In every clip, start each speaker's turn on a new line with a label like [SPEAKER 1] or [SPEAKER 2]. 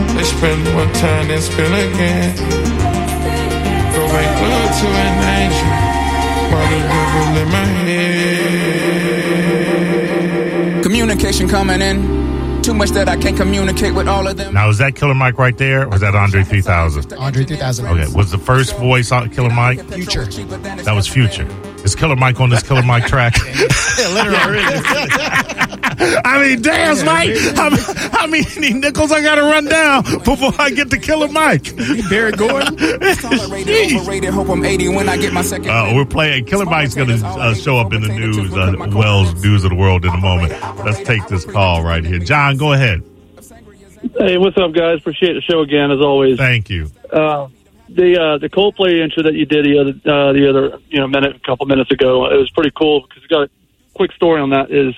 [SPEAKER 1] Let's spend one time and spin again. Go make love to an angel. While the devil in my head.
[SPEAKER 2] Communication coming in. Too much that I can't communicate with all of them.
[SPEAKER 3] Now, is that Killer Mike right there, or was that Andre 3000?
[SPEAKER 4] Andre 3000.
[SPEAKER 3] Okay, was the first voice on Killer Mike?
[SPEAKER 4] Future.
[SPEAKER 3] That was Future. Is Killer Mike on this Killer Mike track?
[SPEAKER 5] yeah, literally.
[SPEAKER 3] I mean, damn, yeah, Mike. How, many nickels I got to run down before I get to Killer Mike?
[SPEAKER 5] Barry Gordon.
[SPEAKER 3] uh, we're playing. Killer Mike's going to uh, show up in the news, uh, Wells News of the World in a moment. Let's take this call right here. John, go ahead.
[SPEAKER 6] Hey, what's up, guys? Appreciate the show again, as always.
[SPEAKER 3] Thank you.
[SPEAKER 6] Uh, the uh, the Coldplay intro that you did the other uh, the other you know minute a couple minutes ago it was pretty cool because we got a quick story on that is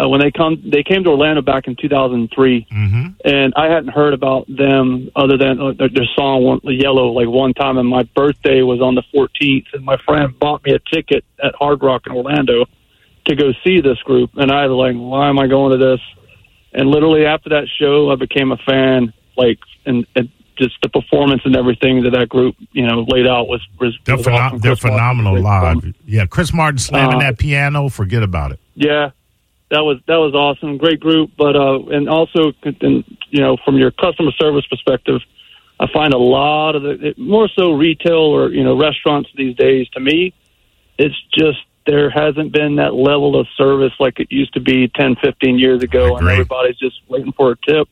[SPEAKER 6] uh, when they come they came to Orlando back in 2003
[SPEAKER 3] mm-hmm.
[SPEAKER 6] and I hadn't heard about them other than uh, their, their song one, Yellow like one time and my birthday was on the 14th and my friend bought me a ticket at Hard Rock in Orlando to go see this group and I was like why am I going to this and literally after that show I became a fan like and, and just the performance and everything that that group you know laid out was, was
[SPEAKER 3] they're,
[SPEAKER 6] was
[SPEAKER 3] phenom- they're phenomenal live. Fun. Yeah, Chris Martin slamming uh, that piano, forget about it.
[SPEAKER 6] Yeah, that was that was awesome. Great group, but uh, and also and, you know from your customer service perspective, I find a lot of the it, more so retail or you know restaurants these days. To me, it's just there hasn't been that level of service like it used to be 10, 15 years ago, and everybody's just waiting for a tip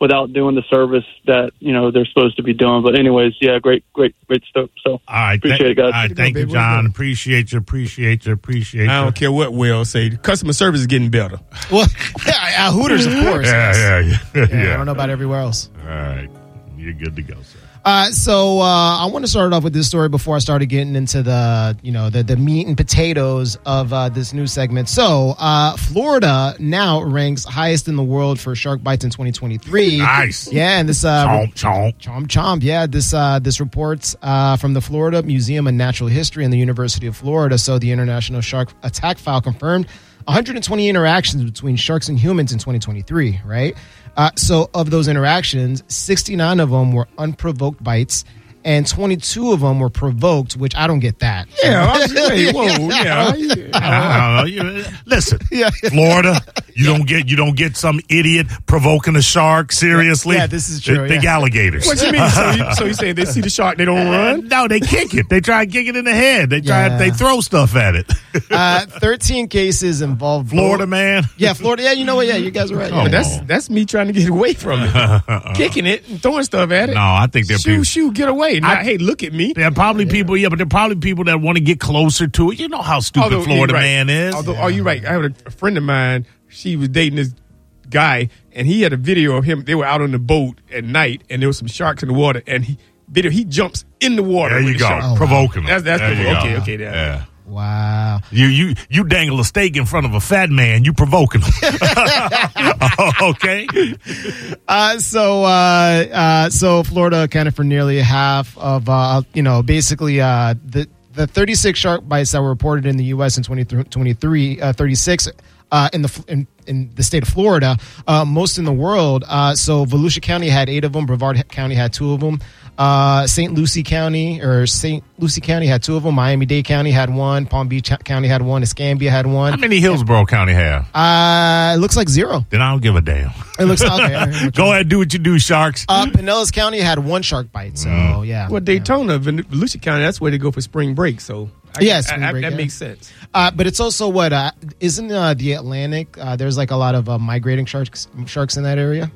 [SPEAKER 6] without doing the service that you know they're supposed to be doing. But anyways, yeah, great, great, great stuff. So all
[SPEAKER 3] right,
[SPEAKER 6] appreciate th- it, guys. All
[SPEAKER 3] right, thank you, John. Appreciate you, appreciate you, appreciate you.
[SPEAKER 5] I don't care what Will say. Customer service is getting better.
[SPEAKER 4] Well, yeah, Hooters, of course.
[SPEAKER 3] Yeah, yeah, yeah, yeah,
[SPEAKER 4] I don't know about everywhere else.
[SPEAKER 3] All right, you're good to go, sir.
[SPEAKER 4] Uh, so uh, I want to start off with this story before I started getting into the you know the the meat and potatoes of uh, this new segment. So uh, Florida now ranks highest in the world for shark bites in 2023.
[SPEAKER 3] Nice,
[SPEAKER 4] yeah. And this uh,
[SPEAKER 3] chomp chomp
[SPEAKER 4] chomp chomp. Yeah, this uh, this reports uh, from the Florida Museum of Natural History and the University of Florida. So the International Shark Attack File confirmed 120 interactions between sharks and humans in 2023. Right. Uh, so, of those interactions, 69 of them were unprovoked bites. And 22 of them were provoked, which I don't get that.
[SPEAKER 5] Yeah, I was, hey, whoa, yeah.
[SPEAKER 3] I don't know. uh, Listen, Florida, you don't get you don't get some idiot provoking a shark. Seriously,
[SPEAKER 4] yeah, this is true.
[SPEAKER 3] Big
[SPEAKER 4] yeah.
[SPEAKER 3] alligators.
[SPEAKER 5] What you mean? So you, so you say they see the shark, they don't run?
[SPEAKER 3] Uh, No, they kick it. They try to kick it in the head. They try. Yeah. They throw stuff at it.
[SPEAKER 4] uh, Thirteen cases involved
[SPEAKER 3] Florida, man.
[SPEAKER 4] Yeah, Florida. Yeah, you know what? Yeah, you guys are right. Yeah.
[SPEAKER 5] that's that's me trying to get away from it, kicking it, and throwing stuff at it.
[SPEAKER 3] No, I think they're
[SPEAKER 5] shoo
[SPEAKER 3] people.
[SPEAKER 5] shoo get away. Not, I, hey, look at me.
[SPEAKER 3] There are probably people. Yeah, but there are probably people that want to get closer to it. You know how stupid Although, Florida
[SPEAKER 5] right.
[SPEAKER 3] man is.
[SPEAKER 5] Although, are you right? I had a friend of mine she was dating this guy, and he had a video of him. They were out on the boat at night, and there was some sharks in the water, and he video he jumps in the water.
[SPEAKER 3] There you
[SPEAKER 5] the
[SPEAKER 3] go,
[SPEAKER 5] shark.
[SPEAKER 3] Oh, provoking. Wow.
[SPEAKER 5] That's that's
[SPEAKER 3] there
[SPEAKER 5] provo- okay. Go. Okay, yeah. yeah.
[SPEAKER 4] Wow.
[SPEAKER 3] You you you dangle a steak in front of a fat man, you provoking him. okay.
[SPEAKER 4] Uh, so uh, uh, so Florida accounted for nearly half of uh, you know basically uh, the the 36 shark bites that were reported in the U.S. in 2023, 36 uh, in the in, in, the state of Florida, uh, most in the world. Uh, so Volusia County had eight of them. Brevard County had two of them. St. Lucie County or St. Lucie County had two of them. Miami Dade County had one. Palm Beach County had one. Escambia had one.
[SPEAKER 3] How many Hillsborough yeah. County have?
[SPEAKER 4] Uh, it looks like zero.
[SPEAKER 3] Then I don't give a damn.
[SPEAKER 4] It looks okay.
[SPEAKER 3] Go ahead, do what you do, sharks.
[SPEAKER 5] Uh,
[SPEAKER 4] Uh, Pinellas County had one shark bite. So mm. yeah.
[SPEAKER 5] Well, Daytona, yeah. Volusia County. That's where they go for spring break. So
[SPEAKER 4] yes,
[SPEAKER 5] I, I, break, that yeah. makes sense.
[SPEAKER 4] Uh, but it's also what uh, not uh, the Atlantic? there's like a lot of uh, migrating sharks sharks in that area.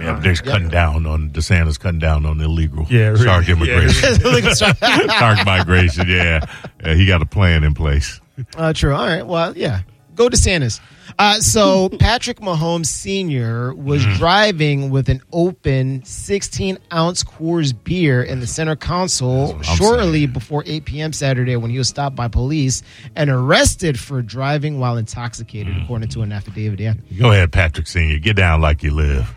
[SPEAKER 3] Yeah, they're yeah. cutting down on DeSantis cutting down on illegal
[SPEAKER 5] yeah, really.
[SPEAKER 3] shark immigration,
[SPEAKER 4] yeah, really.
[SPEAKER 3] shark migration. Yeah. he got a plan in place.
[SPEAKER 4] Uh, true. All right. Well, yeah. Go DeSantis. Uh, so Patrick Mahomes Sr. was driving with an open 16 ounce Coors beer in the center console shortly saying. before 8 p.m. Saturday when he was stopped by police and arrested for driving while intoxicated, mm. according to an affidavit. Yeah.
[SPEAKER 3] Go ahead, Patrick Sr. Get down like you live.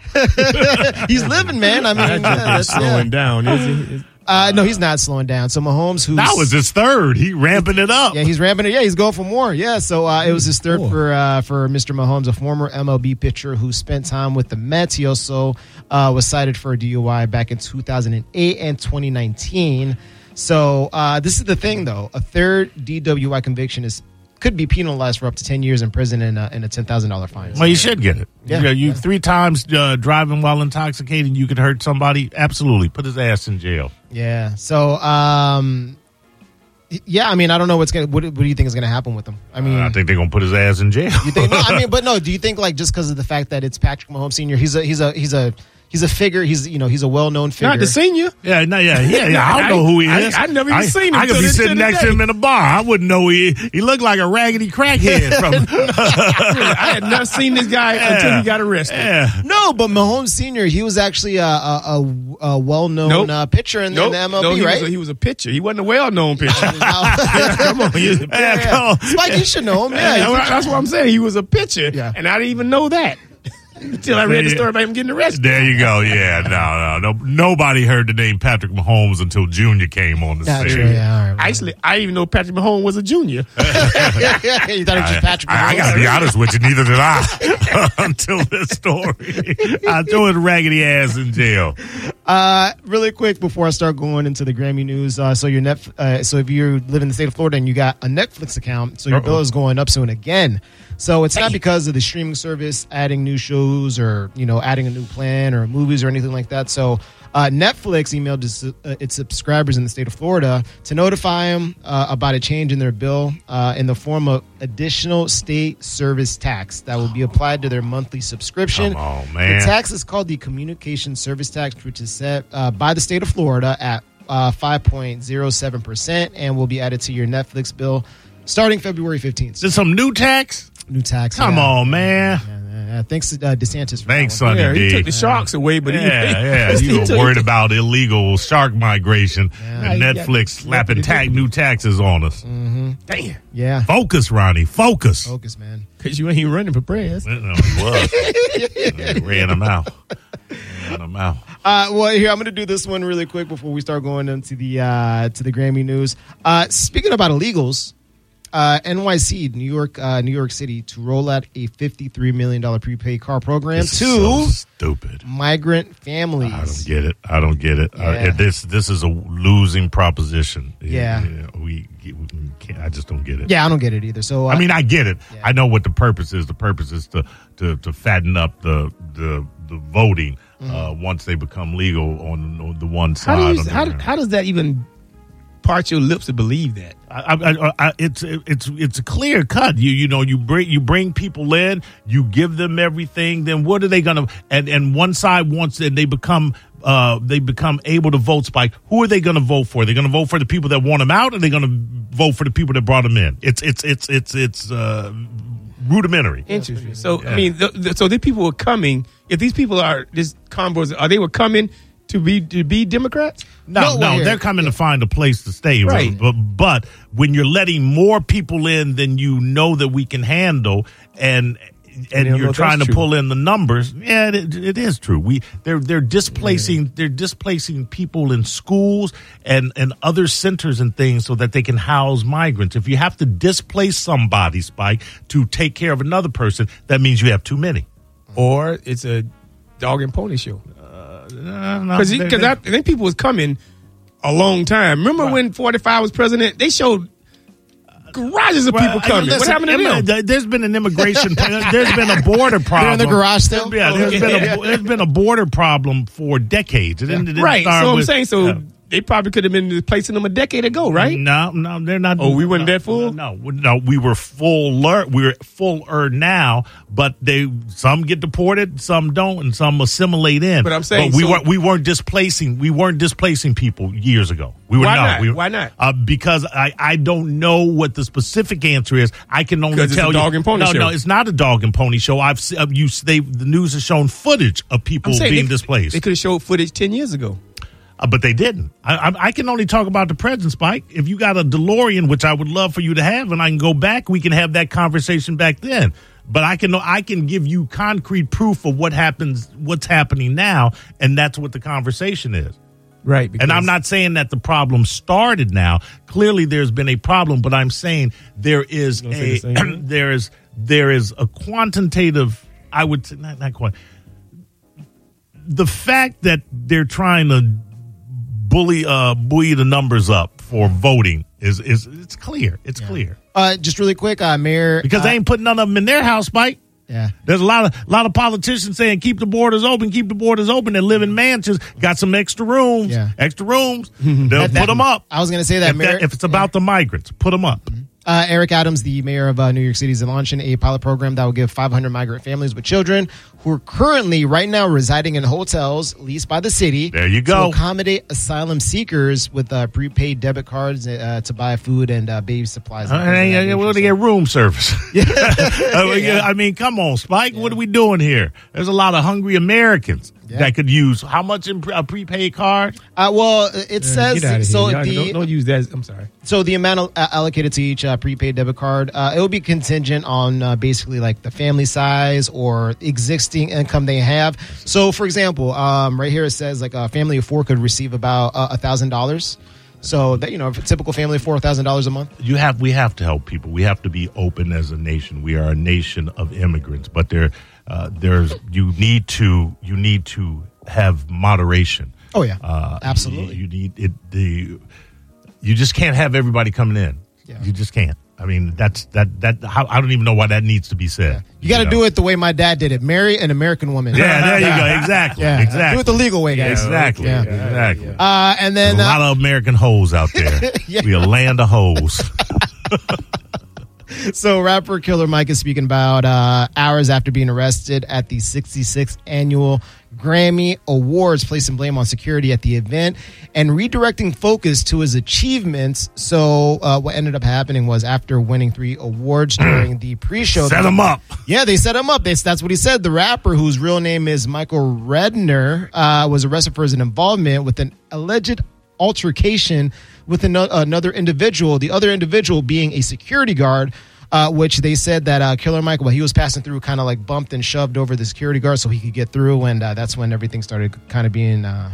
[SPEAKER 4] He's living, man. I mean,
[SPEAKER 5] Patrick yeah, slowing yeah. down, is he? Is-
[SPEAKER 4] Uh, no, he's not slowing down. So Mahomes, who's
[SPEAKER 3] That was his third. He ramping it up.
[SPEAKER 4] yeah, he's ramping it. Yeah, he's going for more. Yeah, so uh, it was his third for uh, for Mr. Mahomes, a former MLB pitcher who spent time with the Mets. He also uh, was cited for a DUI back in 2008 and 2019. So uh, this is the thing, though. A third DWI conviction is could be penalized for up to 10 years in prison and a, and a $10,000 fine.
[SPEAKER 3] Well, you should get it.
[SPEAKER 4] Yeah.
[SPEAKER 3] You, know, you three times uh, driving while intoxicated, you could hurt somebody. Absolutely, put his ass in jail.
[SPEAKER 4] Yeah. So, um, yeah, I mean, I don't know what's gonna. What, what do you think is gonna happen with him? I mean,
[SPEAKER 3] I think they're gonna put his ass in jail.
[SPEAKER 4] you think? No,
[SPEAKER 5] Uh,
[SPEAKER 4] I mean, but no. Do you think like just because of the fact that it's Patrick Mahomes senior? He's a he's a he's a he's a figure. He's you know he's a well known figure.
[SPEAKER 5] Not the senior.
[SPEAKER 3] yeah, no, yeah, yeah, yeah. I don't know who he
[SPEAKER 5] I-
[SPEAKER 3] is.
[SPEAKER 5] I- I never even seen him
[SPEAKER 3] I could
[SPEAKER 5] till
[SPEAKER 3] be
[SPEAKER 5] this-
[SPEAKER 3] sitting
[SPEAKER 5] till
[SPEAKER 3] next to
[SPEAKER 5] today.
[SPEAKER 3] him in a bar. I wouldn't know who he. He looked like a raggedy crackhead from.
[SPEAKER 5] I had not seen this guy until he got arrested.
[SPEAKER 3] yeah.
[SPEAKER 4] no, but Mahomes senior, he was actually a a, a, a well known
[SPEAKER 5] Nope.
[SPEAKER 4] uh, pitcher in, the- in
[SPEAKER 5] Nope.
[SPEAKER 4] the MLB,
[SPEAKER 5] no, he
[SPEAKER 4] right?
[SPEAKER 5] Was a, he was a pitcher. He wasn't a well-known pitcher.
[SPEAKER 4] Come on,
[SPEAKER 5] He was a pitcher.
[SPEAKER 3] Yeah, come on.
[SPEAKER 4] Spike, you should know him. Yeah,
[SPEAKER 5] Yeah, that's, that's what I'm saying. He was a pitcher,
[SPEAKER 4] Yeah.
[SPEAKER 5] and I didn't even know that until I read the
[SPEAKER 3] Yeah.
[SPEAKER 5] story about him getting arrested.
[SPEAKER 3] There you go. Yeah, no, no, no. Nobody heard the name Patrick Mahomes until Junior came on the
[SPEAKER 4] That's
[SPEAKER 3] scene.
[SPEAKER 4] right, yeah, all right,
[SPEAKER 5] I Actually, I didn't even know Patrick Mahomes was a junior.
[SPEAKER 3] Oh,
[SPEAKER 4] yeah, you thought it was just Patrick.
[SPEAKER 3] I, I
[SPEAKER 4] Mahomes.
[SPEAKER 3] gotta be honest with you, neither did I until this story. I threw his raggedy ass in jail.
[SPEAKER 4] Uh, really quick before I start going into the Grammy news. Uh, so your net, uh, so if you live in the state of Florida and you got a Netflix account, so your bill is going up soon again. So it's not because of the streaming service adding new shows or you know adding a new plan or movies or anything like that. So uh, Netflix emailed its, uh, its subscribers in the state of Florida to notify them uh, about a change in their bill uh, in the form of additional state service tax that will be applied to their monthly subscription.
[SPEAKER 3] Come on,
[SPEAKER 4] The
[SPEAKER 3] man.
[SPEAKER 4] tax tax is called the Communication Service Tax, which is set uh, by the state of Florida at uh, 5.07% and will be added to your Netflix bill starting February 15th.
[SPEAKER 3] Is this some new tax?
[SPEAKER 4] New tax.
[SPEAKER 3] Come
[SPEAKER 4] yeah.
[SPEAKER 3] on, man.
[SPEAKER 4] Yeah, yeah. Thanks, uh, DeSantis. For
[SPEAKER 3] Thanks,
[SPEAKER 4] that one.
[SPEAKER 3] Sonny
[SPEAKER 5] Yeah, he
[SPEAKER 3] D.
[SPEAKER 5] took the sharks away, but he,
[SPEAKER 3] yeah, yeah.
[SPEAKER 5] he
[SPEAKER 3] You
[SPEAKER 5] took-
[SPEAKER 3] were worried about illegal shark migration and
[SPEAKER 5] Yeah.
[SPEAKER 3] Netflix slapping tag new taxes on us.
[SPEAKER 5] Damn,
[SPEAKER 4] Yeah.
[SPEAKER 3] Focus, Ronnie. Focus.
[SPEAKER 4] Focus, man.
[SPEAKER 5] because you ain't running for press.
[SPEAKER 3] Well, it was. They Ran him out. Ran him out.
[SPEAKER 4] Uh, well, here I'm going to do this one really quick before we start going into the uh, to the Grammy news. Uh, speaking about illegals, uh, NYC, New York, uh, New York City, to roll out a 53 million dollar prepaid car program
[SPEAKER 3] This
[SPEAKER 4] to
[SPEAKER 3] is so stupid.
[SPEAKER 4] migrant families.
[SPEAKER 3] I don't get it. I don't get it. I-
[SPEAKER 4] Yeah.
[SPEAKER 3] this this is a losing proposition.
[SPEAKER 4] Yeah.
[SPEAKER 3] we, we can't, I just don't get it.
[SPEAKER 4] Yeah, I don't get it either. So uh,
[SPEAKER 3] I mean, I get it.
[SPEAKER 4] Yeah.
[SPEAKER 3] I know what the purpose is. The purpose is to to, to fatten up the the, the voting uh, once they become legal on, on the one side.
[SPEAKER 5] Mm-hmm. How do
[SPEAKER 3] on
[SPEAKER 5] you?
[SPEAKER 3] the
[SPEAKER 5] How,
[SPEAKER 3] ground.
[SPEAKER 5] how does that even part your lips to believe that?
[SPEAKER 3] I, I, I- I, it's it's it's a clear cut. You you know you bring you bring people in, you give them everything. Then what are they gonna? And and one side wants that they become uh they become able to vote spike. Who are they gonna vote for? They're gonna vote for the people that want them out, or they gonna vote for the people that brought them in? It's it's it's it's it's uh, rudimentary.
[SPEAKER 5] Interesting. So I mean, th th so these people were coming. If these people are this convoys, are they were coming to be to be Democrats?
[SPEAKER 3] No,
[SPEAKER 4] No,
[SPEAKER 3] no,
[SPEAKER 4] we're here.
[SPEAKER 3] they're coming to find a place to stay.
[SPEAKER 5] Right.
[SPEAKER 3] But, but when you're letting more people in than you know that we can handle, and and
[SPEAKER 5] don't know
[SPEAKER 3] you're
[SPEAKER 5] if
[SPEAKER 3] trying to
[SPEAKER 5] that's true.
[SPEAKER 3] pull in the numbers, yeah, it, it is true. We they're they're displacing they're displacing people in schools and and other centers and things so that they can house migrants. If you have to displace somebody, Spike, to take care of another person, that means you have too many.
[SPEAKER 5] Or it's a dog and pony show?
[SPEAKER 3] Because
[SPEAKER 5] Because because I think people was coming a long time. Remember when Forty Five was president? They showed garages of people
[SPEAKER 3] Well, I-
[SPEAKER 5] coming. what
[SPEAKER 3] listen,
[SPEAKER 5] happened to
[SPEAKER 3] Emma,
[SPEAKER 5] them?
[SPEAKER 3] th- There's been an immigration. there's been a border problem.
[SPEAKER 4] They're in the garage still?
[SPEAKER 3] Yeah, there's been
[SPEAKER 5] Yeah.
[SPEAKER 3] a, there's been a border problem for decades. It didn't, it didn't
[SPEAKER 5] right. So
[SPEAKER 3] start
[SPEAKER 5] I'm
[SPEAKER 3] with-
[SPEAKER 5] saying so
[SPEAKER 3] Yeah.
[SPEAKER 5] they probably could have been replacing them a decade ago, right?
[SPEAKER 3] No, no, they're not.
[SPEAKER 5] Oh, we weren't
[SPEAKER 3] no,
[SPEAKER 5] that full?
[SPEAKER 3] No, no, no, we were fuller. We were fuller now, but they some get deported, some don't, and some assimilate in.
[SPEAKER 5] But I'm saying,
[SPEAKER 3] we
[SPEAKER 5] so-
[SPEAKER 3] weren't we weren't displacing we weren't displacing people years ago. We were
[SPEAKER 5] Why
[SPEAKER 3] no,
[SPEAKER 5] not?
[SPEAKER 3] we-
[SPEAKER 5] Why not?
[SPEAKER 3] Uh, because I I don't know what the specific answer is. I can only
[SPEAKER 5] 'Cause it's a
[SPEAKER 3] tell you.
[SPEAKER 5] dog and pony
[SPEAKER 3] no,
[SPEAKER 5] show.
[SPEAKER 3] no, it's not a dog and pony show. I've se- uh, you s- they the news has shown footage of people
[SPEAKER 5] I'm saying
[SPEAKER 3] being
[SPEAKER 5] they-
[SPEAKER 3] displaced.
[SPEAKER 5] They could have showed footage ten years ago.
[SPEAKER 3] Uh, but they didn't. I, I, I can only talk about the present, Spike. If you got a DeLorean, which I would love for you to have, and I can go back, we can have that conversation back then. But I can I can give you concrete proof of what happens, what's happening now, and that's what the conversation is.
[SPEAKER 5] Right, because-
[SPEAKER 3] And I'm not saying that the problem started now. Clearly, there's been a problem, but I'm saying there is
[SPEAKER 5] wanna say
[SPEAKER 3] a
[SPEAKER 5] the same thing?
[SPEAKER 3] there is there is a quantitative. I would say, not not quite. The fact that they're trying to bully uh buoy the numbers up for voting is is it's clear. It's clear
[SPEAKER 4] Uh, just really quick, uh, Mayor.
[SPEAKER 3] because
[SPEAKER 4] uh,
[SPEAKER 3] they ain't putting none of them in their house, Mike.
[SPEAKER 4] yeah.
[SPEAKER 3] There's a lot of lot of politicians saying keep the borders open, keep the borders open. They live in mansions, got some extra rooms,
[SPEAKER 4] Mm-hmm. Yeah.
[SPEAKER 3] extra rooms. They'll put
[SPEAKER 4] That-
[SPEAKER 3] them up.
[SPEAKER 4] I was going to say that,
[SPEAKER 3] If,
[SPEAKER 4] Mayor.
[SPEAKER 3] that- if it's about the migrants, put them up.
[SPEAKER 4] Uh, Eric Adams, the mayor of uh, New York City, is launching a pilot program that will give 500 migrant families with children who are currently, right now, residing in hotels leased by the city.
[SPEAKER 3] There you go.
[SPEAKER 4] To accommodate asylum seekers with uh, prepaid debit cards uh, to buy food and uh, baby supplies.
[SPEAKER 3] Uh,
[SPEAKER 4] and things of
[SPEAKER 3] and,
[SPEAKER 4] that
[SPEAKER 3] uh,
[SPEAKER 4] nature.
[SPEAKER 3] what do they get room service? I mean, I mean, come on, Spike. What are we doing here? There's a lot of hungry Americans that could use how much in pre- a prepaid card?
[SPEAKER 4] Uh, well, it
[SPEAKER 5] Man, get outta here.
[SPEAKER 4] says so.
[SPEAKER 5] Y'all-
[SPEAKER 4] The,
[SPEAKER 5] don't, don't use that. I'm sorry.
[SPEAKER 4] so the amount al- uh, allocated to each uh, prepaid debit card uh, it will be contingent on uh, basically like the family size or existing income they have so for example um, right here it says like a family of four could receive about uh, a thousand dollars so that you know if a typical family of four thousand dollars a month
[SPEAKER 3] you have we have to help people. We have to be open as a nation. We are a nation of immigrants, but there, uh, there's you need to you need to have moderation.
[SPEAKER 4] Oh, yeah.
[SPEAKER 3] uh,
[SPEAKER 4] Absolutely.
[SPEAKER 3] You, you need it. The you just can't have everybody coming in.
[SPEAKER 4] Yeah.
[SPEAKER 3] You just can't. I mean, that's that that. How, I don't even know why that needs to be said.
[SPEAKER 4] you got to
[SPEAKER 3] know?
[SPEAKER 4] do it the way my dad did it marry an american woman
[SPEAKER 3] Yeah, there you go. Exactly.
[SPEAKER 4] yeah
[SPEAKER 3] Exactly.
[SPEAKER 4] do it the legal way guys
[SPEAKER 3] Exactly.
[SPEAKER 4] Yeah.
[SPEAKER 3] Exactly.
[SPEAKER 4] uh, and
[SPEAKER 3] There's
[SPEAKER 4] then
[SPEAKER 3] a
[SPEAKER 4] uh,
[SPEAKER 3] lot of American hoes out there. We a land of hoes.
[SPEAKER 4] So rapper Killer Mike is speaking about uh, hours after being arrested at the 66th annual Grammy Awards, placing blame on security at the event and redirecting focus to his achievements. So uh, what ended up happening was after winning three awards during the pre-show,
[SPEAKER 3] Set them up.
[SPEAKER 4] yeah, they set him up. They, that's what he said. The rapper, whose real name is Michael Redner, uh, was arrested for his involvement with an alleged altercation with ano- another individual. The other individual being a security guard, uh, which they said that uh, Killer Mike, while he was passing through, kind of like bumped and shoved over the security guard so he could get through, and uh, that's when everything started kind of being. Uh,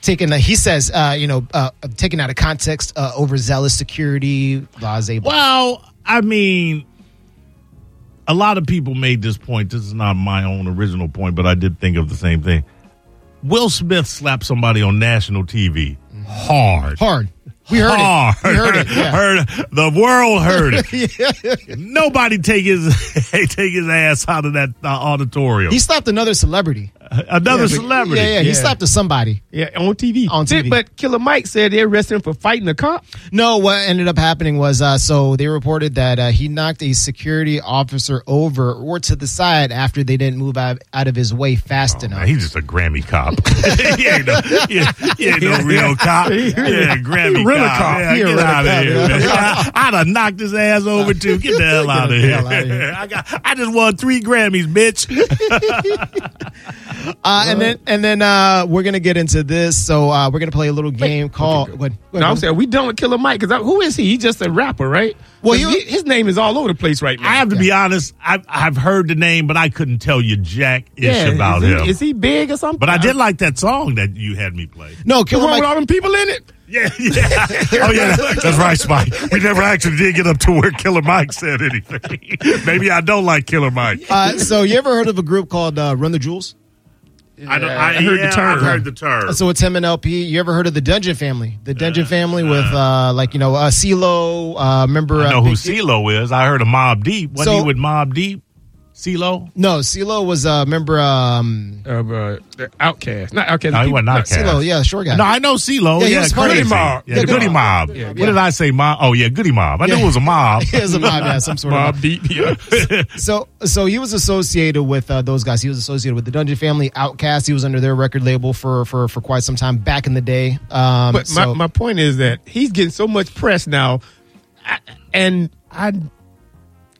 [SPEAKER 4] Taken, he says, uh, you know, uh, taken out of context, uh, overzealous security, blase. blah.
[SPEAKER 3] Well, I mean, a lot of people made this point. This is not my own original point, but I did think of the same thing. Will Smith slapped somebody on national TV hard.
[SPEAKER 4] Hard. We heard
[SPEAKER 3] Hard.
[SPEAKER 4] it. We heard it. Yeah.
[SPEAKER 3] Heard- the world heard it. Nobody take his take his ass out of that uh, auditorium.
[SPEAKER 4] He slapped another celebrity.
[SPEAKER 3] Another
[SPEAKER 4] yeah, but-
[SPEAKER 3] celebrity.
[SPEAKER 4] Yeah, yeah, he
[SPEAKER 5] Yeah.
[SPEAKER 4] slapped to somebody.
[SPEAKER 5] Yeah, on TV.
[SPEAKER 4] On TV.
[SPEAKER 5] But Killer Mike said they arrested him for fighting a cop.
[SPEAKER 4] No, what ended up happening was uh, so they reported that uh, he knocked a security officer over or to the side after they didn't move out, out of his way fast enough.
[SPEAKER 3] Nah, he's just a Grammy cop. he ain't no, he, he ain't no real cop. Yeah, Grammy
[SPEAKER 5] He a rental
[SPEAKER 3] cop.
[SPEAKER 5] cop.
[SPEAKER 3] Yeah,
[SPEAKER 5] He a
[SPEAKER 3] get
[SPEAKER 5] rental
[SPEAKER 3] out of
[SPEAKER 5] cop,
[SPEAKER 3] here,
[SPEAKER 5] yeah.
[SPEAKER 3] man. I, I'd have knocked his ass over too. Get the hell out of
[SPEAKER 4] the
[SPEAKER 3] here.
[SPEAKER 4] hell outta here.
[SPEAKER 3] I got. I just won three Grammys, bitch.
[SPEAKER 4] uh, and then, and then uh, we're gonna get into this. So uh, we're gonna play a little game called. what, what-
[SPEAKER 5] No, I'm saying we done with Killer Mike because who is he? He's just a rapper, right?
[SPEAKER 4] Well,
[SPEAKER 5] Well,
[SPEAKER 4] you-
[SPEAKER 5] his name is all over the place right now.
[SPEAKER 3] I have to be honest. I've, I've heard the name, but I couldn't tell you jack ish about
[SPEAKER 5] is he,
[SPEAKER 3] him.
[SPEAKER 5] Is he big or something?
[SPEAKER 3] but I did like that song that you had me play.
[SPEAKER 4] no,
[SPEAKER 5] The
[SPEAKER 4] Killer
[SPEAKER 5] one with
[SPEAKER 4] Mike.
[SPEAKER 5] all them people in it.
[SPEAKER 3] Yeah, yeah. Oh, yeah. That's right, Spike. We never actually did get up to where Killer Mike said anything. Maybe I don't like Killer Mike.
[SPEAKER 5] Oh,
[SPEAKER 4] Uh, so you ever heard of a group called uh, Run the Jewels?
[SPEAKER 3] I, don't,
[SPEAKER 5] Yeah,
[SPEAKER 3] I,
[SPEAKER 5] I heard the
[SPEAKER 3] yeah,
[SPEAKER 5] term.
[SPEAKER 3] I've heard the term.
[SPEAKER 4] So it's him and LP. You ever heard of the Dungeon Family? The Dungeon Family with uh, like you know uh, CeeLo. Uh, remember?
[SPEAKER 3] I
[SPEAKER 4] uh,
[SPEAKER 3] know who
[SPEAKER 4] Big-
[SPEAKER 3] CeeLo is. I heard of Mob Deep. Wasn't
[SPEAKER 4] So-
[SPEAKER 3] he with Mob Deep? CeeLo?
[SPEAKER 4] No, CeeLo was uh, remember um,
[SPEAKER 5] Uh, uh, the outcast, not outcast.
[SPEAKER 3] No,
[SPEAKER 5] the
[SPEAKER 3] he
[SPEAKER 5] people-
[SPEAKER 3] wasn't Outkast.
[SPEAKER 4] CeeLo, yeah, short guy.
[SPEAKER 3] No, I know CeeLo. Yeah,
[SPEAKER 4] Yeah, he was part of
[SPEAKER 3] crazy.
[SPEAKER 5] Goody Mob.
[SPEAKER 3] Yeah,
[SPEAKER 5] Yeah,
[SPEAKER 3] Goody
[SPEAKER 5] Goody
[SPEAKER 3] Mob.
[SPEAKER 5] Yeah,
[SPEAKER 3] What
[SPEAKER 5] yeah.
[SPEAKER 3] did I say? Mob? Oh, yeah, Goody Mob. I knew it was a mob.
[SPEAKER 4] he has a mob, yeah, some sort
[SPEAKER 5] Mob
[SPEAKER 4] of mob.
[SPEAKER 5] deep, yeah.
[SPEAKER 4] So, so he was associated with uh, those guys. He was associated with the Dungeon Family, Outcast. He was under their record label for for, for quite some time back in the day. Um,
[SPEAKER 5] But my,
[SPEAKER 4] so-
[SPEAKER 5] my point is that he's getting so much press now, I, and I,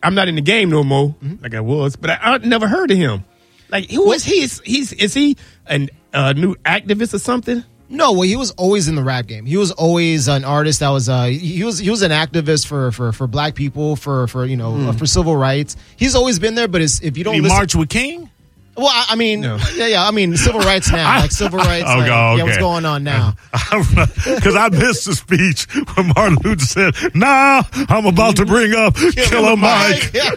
[SPEAKER 5] I'm not in the game no more
[SPEAKER 4] Mm-hmm.
[SPEAKER 5] like I was, but I, I never heard of him. Like who is he? Is, he's is he an uh, new activist or something?
[SPEAKER 4] no, well, he was always in the rap game. He was always an artist that was uh, he was he was an activist for for for black people for for you know uh, for civil rights. He's always been there, but it's, if you don't
[SPEAKER 3] He
[SPEAKER 4] listen,
[SPEAKER 3] marched with King?
[SPEAKER 4] Well, I, I mean,
[SPEAKER 5] No.
[SPEAKER 4] yeah, yeah. I mean, civil rights now, like civil rights.
[SPEAKER 3] Oh,
[SPEAKER 4] like,
[SPEAKER 3] God,
[SPEAKER 4] Yeah, what's
[SPEAKER 3] okay.
[SPEAKER 4] going on now?
[SPEAKER 3] Because I missed the speech when Martin Luther said, "Nah, I'm about to bring up Killer Mike."
[SPEAKER 4] Killer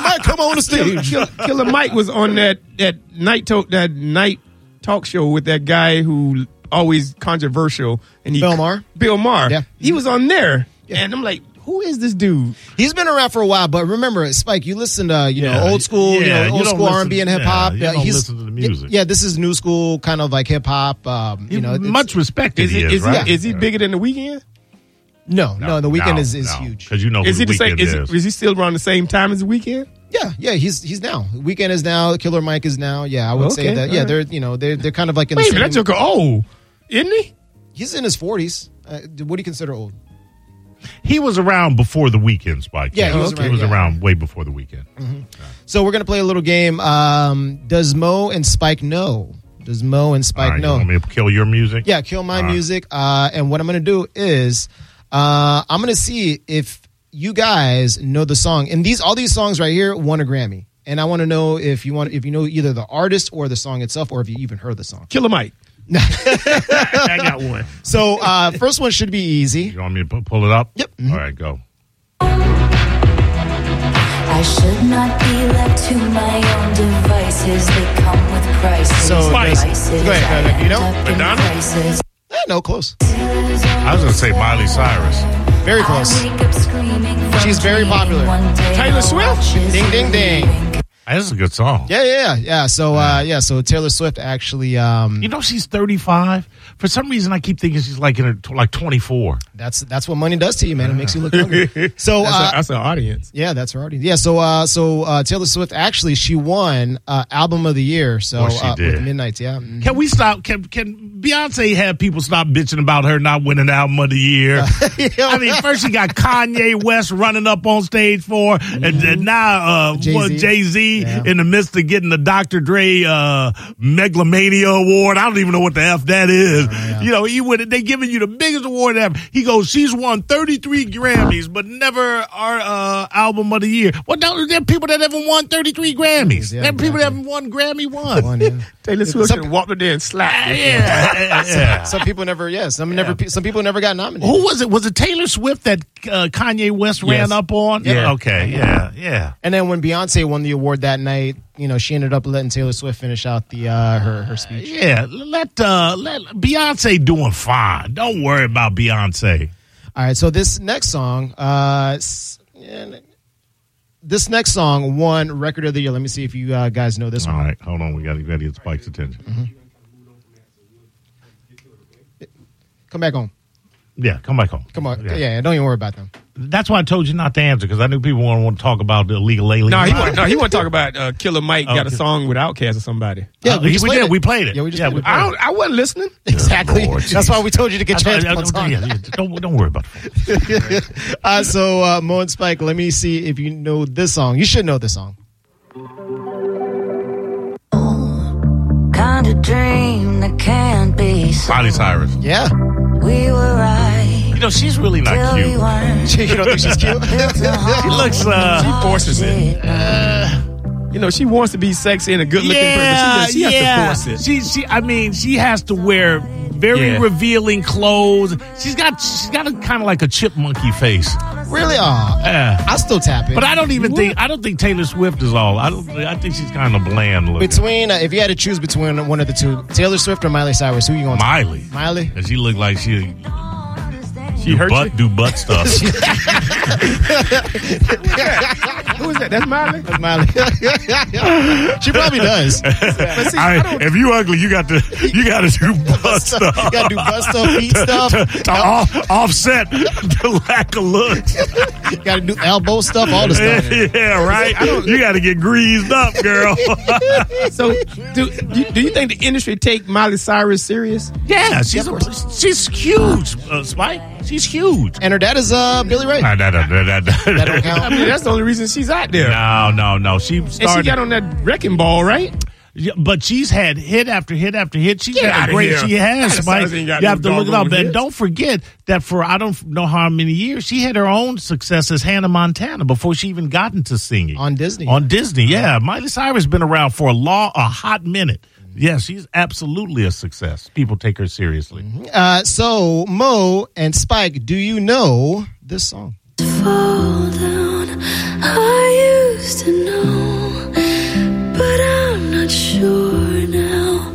[SPEAKER 4] Mike, come on the stage.
[SPEAKER 5] Kill- Killer Mike was on that that night talk that night talk show with that guy who always controversial and he
[SPEAKER 4] Bill Maher?
[SPEAKER 5] Bill Maher.
[SPEAKER 4] Yeah.
[SPEAKER 5] He was on there. And I'm like, who is this dude?
[SPEAKER 4] He's been around for a while, but remember, Spike, you listen to you
[SPEAKER 3] Yeah,
[SPEAKER 4] know old school,
[SPEAKER 3] yeah,
[SPEAKER 4] you
[SPEAKER 3] you
[SPEAKER 4] know old
[SPEAKER 3] don't
[SPEAKER 4] school R
[SPEAKER 3] listen-
[SPEAKER 4] and B and
[SPEAKER 3] yeah,
[SPEAKER 4] hip hop.
[SPEAKER 3] you don't listen to the music.
[SPEAKER 4] Yeah, this is new school kind of like hip hop. Um, you know, it's-
[SPEAKER 3] much respected
[SPEAKER 5] Is
[SPEAKER 3] he
[SPEAKER 5] he
[SPEAKER 3] is,
[SPEAKER 5] is,
[SPEAKER 3] right?
[SPEAKER 5] he is he bigger than the weekend?
[SPEAKER 4] No, no, the weekend is, is huge.
[SPEAKER 3] because you know
[SPEAKER 5] Is
[SPEAKER 3] who the
[SPEAKER 5] he the same
[SPEAKER 3] weekend
[SPEAKER 5] is,
[SPEAKER 3] is.
[SPEAKER 5] is he still around the same time as the weekend?
[SPEAKER 4] Yeah, yeah, he's he's now. Weekend is now. Killer Mike is now. Yeah, I would say
[SPEAKER 5] Okay,
[SPEAKER 4] that. Yeah,
[SPEAKER 5] alright.
[SPEAKER 4] they're you know they're they're kind of like in
[SPEAKER 5] Wait a
[SPEAKER 4] the
[SPEAKER 5] minute,
[SPEAKER 4] same.
[SPEAKER 5] that took old, isn't he?
[SPEAKER 4] he's in his forties. Uh, what do you consider old?
[SPEAKER 3] He was around before the weekend, Spike.
[SPEAKER 4] Yeah, he was
[SPEAKER 3] he
[SPEAKER 4] around,
[SPEAKER 3] was
[SPEAKER 4] yeah. Mm-hmm.
[SPEAKER 3] around way before the weekend.
[SPEAKER 4] So we're gonna play a little game. Um, does Mo and Spike know? Does Mo and
[SPEAKER 3] All
[SPEAKER 4] Spike
[SPEAKER 3] right, you
[SPEAKER 4] know?
[SPEAKER 3] want me to kill your music?
[SPEAKER 4] Yeah, kill my
[SPEAKER 3] Alright.
[SPEAKER 4] music. Uh, and what I'm gonna do is uh, I'm gonna see if you guys know the song. And these all these songs right here won a Grammy. And I want to know if you want if you know either the artist or the song itself, or if you even heard the song.
[SPEAKER 5] Killer Mike.
[SPEAKER 3] I got one.
[SPEAKER 4] So uh, first one should be easy.
[SPEAKER 3] You want me to pu- pull it up?
[SPEAKER 4] Yep.
[SPEAKER 3] All right, go.
[SPEAKER 7] I should not be left to my own devices. They come with prices.
[SPEAKER 4] So
[SPEAKER 7] Prices.
[SPEAKER 4] there's- go ahead, go ahead.
[SPEAKER 7] I
[SPEAKER 4] You know?
[SPEAKER 7] end up in
[SPEAKER 3] Madonna?
[SPEAKER 7] crisis.
[SPEAKER 4] Eh, no, close,
[SPEAKER 3] I was gonna say Miley Cyrus.
[SPEAKER 4] very
[SPEAKER 7] I
[SPEAKER 4] close.
[SPEAKER 7] wake up screaming from
[SPEAKER 4] She's very
[SPEAKER 7] dreaming
[SPEAKER 4] popular.
[SPEAKER 7] one day
[SPEAKER 5] Taylor
[SPEAKER 7] the
[SPEAKER 5] Swift?
[SPEAKER 7] watch is
[SPEAKER 4] Ding, ding, ding.
[SPEAKER 7] moving.
[SPEAKER 3] Ah, This is a good song.
[SPEAKER 4] Yeah, yeah, yeah, yeah. So uh, yeah, so Taylor Swift actually. Um,
[SPEAKER 3] You know she's 35. For some reason, I keep thinking she's like in her tw- like 24.
[SPEAKER 4] that's that's what money does to you, man. It makes you look younger. So
[SPEAKER 5] That's,
[SPEAKER 4] uh,
[SPEAKER 5] a, that's an audience.
[SPEAKER 4] Yeah, that's already. Yeah, so uh, so uh, Taylor Swift actually she won uh, album of the year. So
[SPEAKER 3] Well, she
[SPEAKER 4] uh,
[SPEAKER 3] did. Mm-hmm.
[SPEAKER 4] with Midnight's, yeah. Mhm.
[SPEAKER 3] Can we stop? Can can Beyonce have people stop bitching about her not winning album of the year? I mean, first she got Kanye West running up on stage for, her, and, and now uh,
[SPEAKER 4] Mm-hmm. Jay-Z.
[SPEAKER 3] Jay Z
[SPEAKER 4] Yeah.
[SPEAKER 3] in the midst of getting the Dr. Dre uh, Megalomania Award. I don't even know what the f that is.
[SPEAKER 4] Oh,
[SPEAKER 3] You know, he would they giving you the biggest award ever. He goes, she's won 33 Grammys, but never our uh, album of the year. Well, don't, there are people that haven't won 33 Grammys.
[SPEAKER 4] Yeah,
[SPEAKER 3] there are people
[SPEAKER 4] exactly.
[SPEAKER 3] that haven't won Grammy one.
[SPEAKER 4] One, yeah.
[SPEAKER 5] Taylor Swift should have walked up there and slapped.
[SPEAKER 3] Yeah. yeah.
[SPEAKER 4] Some people never. Yeah, some never. pe- Some people never got nominated.
[SPEAKER 3] Who was it? Was it Taylor Swift that uh, Kanye West ran
[SPEAKER 5] Yes.
[SPEAKER 3] up on?
[SPEAKER 5] Yeah.
[SPEAKER 3] Okay. Yeah. Yeah.
[SPEAKER 4] And then when Beyonce won the award that night, you know she ended up letting Taylor Swift finish out the uh, her her speech.
[SPEAKER 3] Yeah. Let uh, let Beyonce doing fine. Don't worry about Beyonce.
[SPEAKER 4] All right, so this next song, uh, s- yeah, this next song won record of the year. Let me see if you uh, guys know this
[SPEAKER 3] All
[SPEAKER 4] one.
[SPEAKER 3] right. Hold on. We got to get Spike's attention.
[SPEAKER 4] Mm-hmm. Come back on.
[SPEAKER 3] Yeah. Uh, Come back home.
[SPEAKER 4] Come on. Yeah. yeah, don't even worry about them.
[SPEAKER 3] That's why I told you not to answer because I knew people want to talk about the illegal alien.
[SPEAKER 5] No, he want no, he want to talk about uh, Killer Mike got a
[SPEAKER 3] Okay.
[SPEAKER 5] song with Outkast or somebody.
[SPEAKER 4] Yeah,
[SPEAKER 3] we,
[SPEAKER 4] just
[SPEAKER 3] we
[SPEAKER 4] played
[SPEAKER 3] did.
[SPEAKER 4] it.
[SPEAKER 3] We played it.
[SPEAKER 4] Yeah, we just played it.
[SPEAKER 5] I don't, I wasn't listening.
[SPEAKER 4] Exactly.
[SPEAKER 3] Lord,
[SPEAKER 4] That's why we told you
[SPEAKER 3] I
[SPEAKER 4] to get your
[SPEAKER 3] thought- I- I-
[SPEAKER 4] headphones on.
[SPEAKER 3] yeah, yeah, don't, don't worry about it.
[SPEAKER 4] Uh, so uh, Mo and Spike, let me see if you know this song. You should know this song.
[SPEAKER 7] Kind of dream that can't be. So
[SPEAKER 3] Miley Cyrus.
[SPEAKER 4] Yeah,
[SPEAKER 7] we were right.
[SPEAKER 3] You know, she's really
[SPEAKER 7] till
[SPEAKER 3] not
[SPEAKER 7] we
[SPEAKER 3] cute.
[SPEAKER 7] weren't.
[SPEAKER 4] you don't think she's cute?
[SPEAKER 3] She looks, uh,
[SPEAKER 5] She forces it.
[SPEAKER 7] Did not.
[SPEAKER 5] You know, she wants to be sexy and a good looking person. She, does- she has to force it.
[SPEAKER 3] She she I mean, she has to wear very
[SPEAKER 5] Yeah.
[SPEAKER 3] revealing clothes. She's got she's got a kind of like a chipmunky face.
[SPEAKER 4] really? Aw,
[SPEAKER 3] Yeah.
[SPEAKER 4] I still tap it.
[SPEAKER 3] But I don't even think I don't think Taylor Swift is all. I don't I think she's kind of bland looking.
[SPEAKER 4] between uh, if you had to choose between one of the two, Taylor Swift or Miley Cyrus, who you going to?
[SPEAKER 3] Miley.
[SPEAKER 4] Miley.
[SPEAKER 3] And she looked like she
[SPEAKER 5] She
[SPEAKER 3] do
[SPEAKER 5] hurt
[SPEAKER 3] butt do butt stuff.
[SPEAKER 5] you. Who is that? That's Miley.
[SPEAKER 4] Miley. she probably does.
[SPEAKER 5] But see,
[SPEAKER 3] I-
[SPEAKER 5] I, don't.
[SPEAKER 3] if you ugly, you got to you got to do butt
[SPEAKER 4] Stuff.
[SPEAKER 3] stuff.
[SPEAKER 4] You gotta do butt stuff, feet stuff.
[SPEAKER 3] to, to off, offset the lack of looks.
[SPEAKER 4] You gotta do elbow stuff, all the stuff.
[SPEAKER 3] yeah, right. You got to get greased up, girl.
[SPEAKER 5] So, do, do do you think the industry take Miley Cyrus serious?
[SPEAKER 3] Yeah, she's a, she's huge, uh, Spike. She's huge.
[SPEAKER 4] And her dad is uh, Billy Ray.
[SPEAKER 3] No, no, no, no, no,
[SPEAKER 4] That don't
[SPEAKER 3] no.
[SPEAKER 5] I
[SPEAKER 4] count.
[SPEAKER 5] mean, that's the only reason she's out there.
[SPEAKER 3] no, no, no. She
[SPEAKER 5] And she
[SPEAKER 3] started.
[SPEAKER 5] got on that wrecking ball, right?
[SPEAKER 3] she, Yeah, but she's had hit after hit after hit. She's
[SPEAKER 5] Get
[SPEAKER 3] had
[SPEAKER 5] outta
[SPEAKER 3] a great.
[SPEAKER 5] here.
[SPEAKER 3] She has,
[SPEAKER 5] That
[SPEAKER 3] Mike.
[SPEAKER 5] sounds like
[SPEAKER 3] You
[SPEAKER 5] you got no
[SPEAKER 3] have to look it
[SPEAKER 5] doggone
[SPEAKER 3] up. And
[SPEAKER 5] hits.
[SPEAKER 3] don't forget that for I don't know how many years she had her own success as Hannah Montana before she even got into singing
[SPEAKER 4] On Disney.
[SPEAKER 3] On Disney, yeah. Miley Cyrus been around for a long, a hot minute. Yeah, she's absolutely a success. People take her seriously.
[SPEAKER 4] Uh, so Mo and Spike, do you know this song?
[SPEAKER 7] fall down. I used to know, but I'm not sure now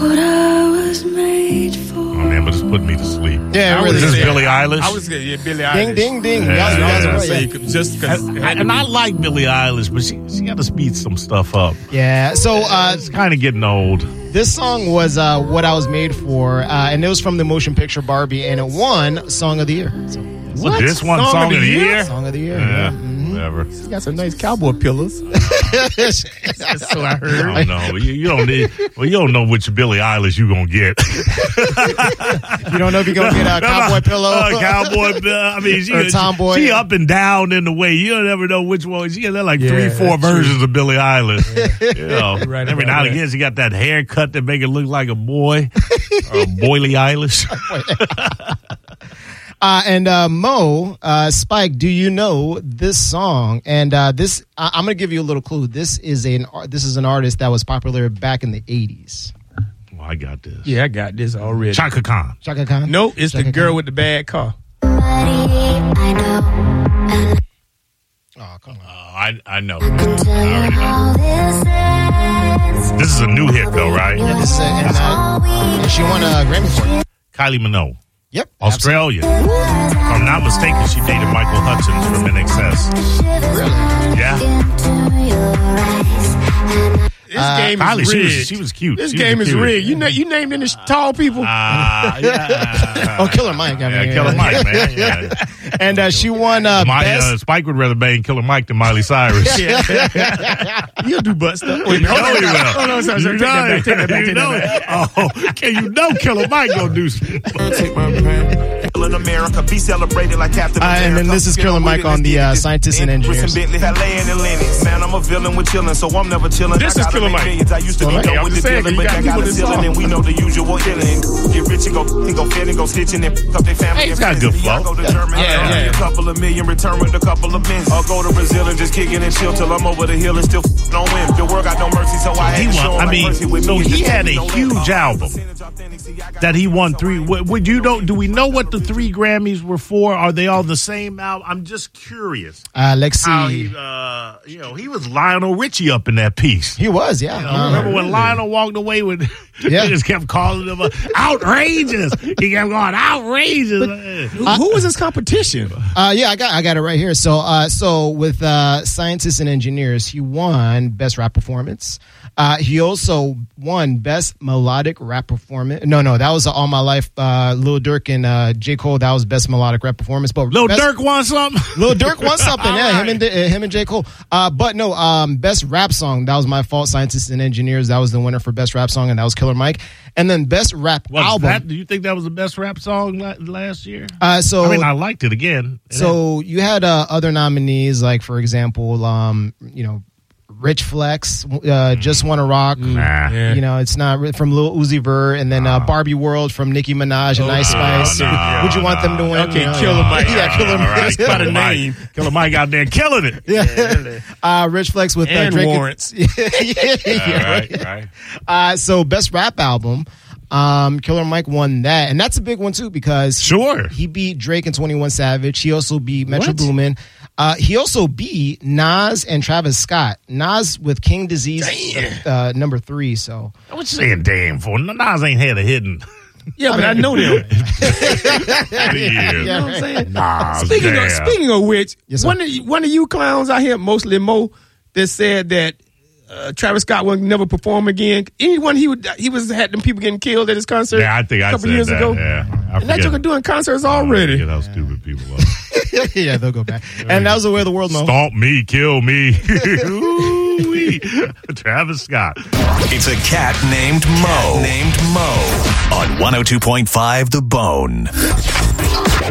[SPEAKER 7] what I was made for.
[SPEAKER 3] Oh man, but it's putting me to sleep.
[SPEAKER 4] Yeah, it
[SPEAKER 5] I
[SPEAKER 4] really
[SPEAKER 3] Is
[SPEAKER 5] was
[SPEAKER 3] this
[SPEAKER 5] say-
[SPEAKER 3] Billie Eilish?
[SPEAKER 5] I was yeah, Billy Eilish.
[SPEAKER 4] Ding, ding, ding. You guys- you
[SPEAKER 5] I
[SPEAKER 4] guys
[SPEAKER 5] was
[SPEAKER 4] are
[SPEAKER 5] gonna
[SPEAKER 4] right,
[SPEAKER 5] say,
[SPEAKER 4] yeah.
[SPEAKER 5] you could- just because.
[SPEAKER 3] I- and I like Billie Eilish, but she she got to speed some stuff up.
[SPEAKER 4] Yeah. So uh,
[SPEAKER 3] It's kind of getting old.
[SPEAKER 4] this song was uh, what I was made for, uh, and it was from the motion picture Barbie, and it won Song of the Year. So,
[SPEAKER 3] What? This one song, of the year?
[SPEAKER 4] Song of the Year.
[SPEAKER 3] Yeah, whatever.
[SPEAKER 5] He's got some nice cowboy pillows. That's what I heard.
[SPEAKER 3] I don't know. You, you don't need. Well, you don't know which Billie Eilish you gonna get.
[SPEAKER 4] You don't know if you're gonna get a cowboy pillow.
[SPEAKER 3] Uh, cowboy. Bill- I mean, she,
[SPEAKER 4] Or Tomboy.
[SPEAKER 3] She up and down in the way. You don't ever know which one. She got like three,
[SPEAKER 5] that's
[SPEAKER 3] four
[SPEAKER 5] true.
[SPEAKER 3] versions of Billie Eilish. You know,
[SPEAKER 5] Right
[SPEAKER 3] every
[SPEAKER 5] about
[SPEAKER 3] now and
[SPEAKER 5] that.
[SPEAKER 3] again, she got that haircut that make it look like a boy, or a boily Eilish.
[SPEAKER 4] Uh, and uh, Mo, uh, Spike, do you know this song? And uh, this, I- I'm gonna give you a little clue. This is an ar- this is an artist that was popular back in the '80s.
[SPEAKER 3] Well, I got this.
[SPEAKER 5] Yeah, I got this already.
[SPEAKER 3] Chaka Khan.
[SPEAKER 4] Chaka Khan.
[SPEAKER 5] no, it's the
[SPEAKER 4] Chaka
[SPEAKER 5] girl with the bad car.
[SPEAKER 7] I know,
[SPEAKER 4] Khan. Oh, come on.
[SPEAKER 3] Uh, I I know.
[SPEAKER 7] can tell you how this ends.
[SPEAKER 3] This is a new hit though, right?
[SPEAKER 4] This is a- and, uh,
[SPEAKER 7] All we
[SPEAKER 4] and she won a Grammy for it.
[SPEAKER 3] Kylie Minogue,
[SPEAKER 4] Yep.
[SPEAKER 3] Australia.
[SPEAKER 7] was
[SPEAKER 3] If I'm not mistaken, she dated Michael Hutchins from NXS.
[SPEAKER 7] shivers
[SPEAKER 3] Yeah.
[SPEAKER 7] into your eyes.
[SPEAKER 5] This game
[SPEAKER 3] Uh,
[SPEAKER 5] is
[SPEAKER 3] Kylie,
[SPEAKER 5] rigged.
[SPEAKER 3] she was- she was cute.
[SPEAKER 5] This
[SPEAKER 3] She was
[SPEAKER 5] game is
[SPEAKER 3] cute.
[SPEAKER 5] rigged. You na- you named in the tall people.
[SPEAKER 3] Ah, yeah.
[SPEAKER 4] Oh, Killer Mike. I mean,
[SPEAKER 3] Yeah, Killer Mike, man. Yeah.
[SPEAKER 4] And uh, she won uh,
[SPEAKER 3] My, uh,
[SPEAKER 4] best.
[SPEAKER 3] Spike would rather bang Killer Mike than Miley Cyrus. yeah.
[SPEAKER 5] You'll do butt stuff. Wait,
[SPEAKER 3] You know he will.
[SPEAKER 5] Hold on, sorry, sorry.
[SPEAKER 3] You know
[SPEAKER 5] Take that back. Take that back.
[SPEAKER 3] you
[SPEAKER 5] Take
[SPEAKER 3] know
[SPEAKER 5] that back.
[SPEAKER 3] it. Oh, okay. You know Killer Mike gonna do some.
[SPEAKER 1] Take my pen.
[SPEAKER 8] in America, be celebrated like Captain
[SPEAKER 4] Uh, and then this is Killer Mike on the, uh, Scientists and Engineers.
[SPEAKER 8] Bentley, Halle, and Atlantic. Man, I'm a villain with chillin', so I'm never chillin'.
[SPEAKER 5] This is
[SPEAKER 8] I gotta
[SPEAKER 5] Killer
[SPEAKER 8] make
[SPEAKER 5] Mike.
[SPEAKER 8] millions. I used to
[SPEAKER 5] Well,
[SPEAKER 8] be
[SPEAKER 5] hey,
[SPEAKER 8] done
[SPEAKER 5] I'm
[SPEAKER 8] with the
[SPEAKER 5] just saying,
[SPEAKER 8] dealing,
[SPEAKER 5] you
[SPEAKER 8] but
[SPEAKER 5] got
[SPEAKER 8] I
[SPEAKER 5] people
[SPEAKER 8] got a
[SPEAKER 5] this
[SPEAKER 8] ceiling,
[SPEAKER 5] song.
[SPEAKER 8] and we know the usual illin'. Get rich and go, and go fed and go snitching and fuck up their family.
[SPEAKER 3] Hey, he's
[SPEAKER 8] and
[SPEAKER 3] got a good
[SPEAKER 8] friends. I
[SPEAKER 3] flow.
[SPEAKER 8] go to Germany,
[SPEAKER 5] Yeah,
[SPEAKER 8] earn me
[SPEAKER 5] yeah.
[SPEAKER 8] a couple of million, return with a couple of men. I'll go to Brazil and just kick it and chill till I'm over the hill and still don't win. The world got no mercy, so I
[SPEAKER 3] He
[SPEAKER 8] had to show
[SPEAKER 3] won. I
[SPEAKER 8] 'em like
[SPEAKER 3] mean,
[SPEAKER 8] mercy with
[SPEAKER 3] so
[SPEAKER 8] me.
[SPEAKER 3] he
[SPEAKER 8] Just
[SPEAKER 3] had a
[SPEAKER 8] no let
[SPEAKER 3] huge
[SPEAKER 8] up.
[SPEAKER 3] album that he won three. Would would you know? Do we know what the three Grammys were for? Are they all the same album? I'm just curious
[SPEAKER 4] Uh, let's see.
[SPEAKER 5] Oh,
[SPEAKER 3] how he, uh, you know, he was Lionel Richie up in that piece.
[SPEAKER 4] He was, yeah.
[SPEAKER 3] I
[SPEAKER 4] Uh,
[SPEAKER 3] remember when Lionel walked away with?
[SPEAKER 4] Yeah.
[SPEAKER 3] they just kept calling him uh, outrageous. he kept going outrageous. Uh,
[SPEAKER 5] Who, who was his competition?
[SPEAKER 4] Uh, yeah, I got I got it right here. So uh, so with uh, scientists and engineers, he won best rap performance. Uh, he also won best melodic rap performance. No, no, that was all my life. Uh, Lil Durk and uh, J Cole. That was best melodic rap performance. But
[SPEAKER 3] Lil
[SPEAKER 4] best-
[SPEAKER 3] Durk wants something.
[SPEAKER 4] Lil Durk won something.
[SPEAKER 3] All
[SPEAKER 4] yeah, him
[SPEAKER 3] right.
[SPEAKER 4] and uh, him and J Cole. Uh, but no, um, best rap song. That was my fault. Scientists and engineers. That was the winner for best rap song, and that was Killer Mike. And then best rap
[SPEAKER 3] Was
[SPEAKER 4] album.
[SPEAKER 3] that- do you think that was the best rap song la- last year?
[SPEAKER 4] uh, so
[SPEAKER 3] I mean, I liked it again. It
[SPEAKER 4] So you had uh, other nominees, like for example, um, you know, Rich Flex,
[SPEAKER 5] Mm.
[SPEAKER 4] uh, Just Wanna Rock.
[SPEAKER 3] had- nah.
[SPEAKER 4] You know, it's not re- from Lil Uzi Vert, and then uh, Barbie World from Nicki Minaj
[SPEAKER 5] Oh,
[SPEAKER 4] and Ice Spice.
[SPEAKER 3] no,
[SPEAKER 4] Would you want them to
[SPEAKER 3] no.
[SPEAKER 4] win?
[SPEAKER 5] Okay,
[SPEAKER 4] You know,
[SPEAKER 5] Killer
[SPEAKER 4] yeah.
[SPEAKER 5] Mike.
[SPEAKER 4] yeah, Killer
[SPEAKER 3] All right,
[SPEAKER 4] Mike.
[SPEAKER 5] By the
[SPEAKER 3] Killer Mike.
[SPEAKER 5] name.
[SPEAKER 3] Killer Mike out there killing it. Yeah.
[SPEAKER 4] Uh, Rich Flex with uh,
[SPEAKER 5] And
[SPEAKER 4] Drake.
[SPEAKER 5] Lawrence.
[SPEAKER 4] yeah, yeah.
[SPEAKER 3] Right, right.
[SPEAKER 4] Uh, so best rap album. Um, Killer Mike won that, and that's a big one too because
[SPEAKER 3] Sure.
[SPEAKER 4] He beat Drake and 21 Savage. He also beat Metro
[SPEAKER 5] What?
[SPEAKER 4] Boomin. Uh, he also beat Nas and Travis Scott. Nas with King Disease uh, number three. So
[SPEAKER 3] What you saying, damn, for? Nas ain't had a hidden.
[SPEAKER 5] Yeah, but I know them.
[SPEAKER 3] yeah.
[SPEAKER 5] You know what I'm saying?
[SPEAKER 3] Nah,
[SPEAKER 5] Speaking
[SPEAKER 3] damn.
[SPEAKER 5] of, speaking of which,
[SPEAKER 4] Yes, sir.
[SPEAKER 5] one of you- one of you clowns out here, mostly Mo, that said that uh, Travis Scott will never perform again. Anyone he would he was had them people getting killed at his concert.
[SPEAKER 3] yeah, I think
[SPEAKER 5] a
[SPEAKER 3] I
[SPEAKER 5] couple
[SPEAKER 3] said
[SPEAKER 5] years
[SPEAKER 3] that.
[SPEAKER 5] ago.
[SPEAKER 3] Yeah, I
[SPEAKER 5] And that
[SPEAKER 3] forget.
[SPEAKER 5] joker doing concerts
[SPEAKER 3] I
[SPEAKER 5] already.
[SPEAKER 3] forget how stupid people are.
[SPEAKER 4] yeah, they'll go back. And that was the way of the world. Mo.
[SPEAKER 3] Stomp me, kill me. Ooh-wee. Travis Scott.
[SPEAKER 9] It's a cat named oh Mo. Named Mo on 102.5 The Bone.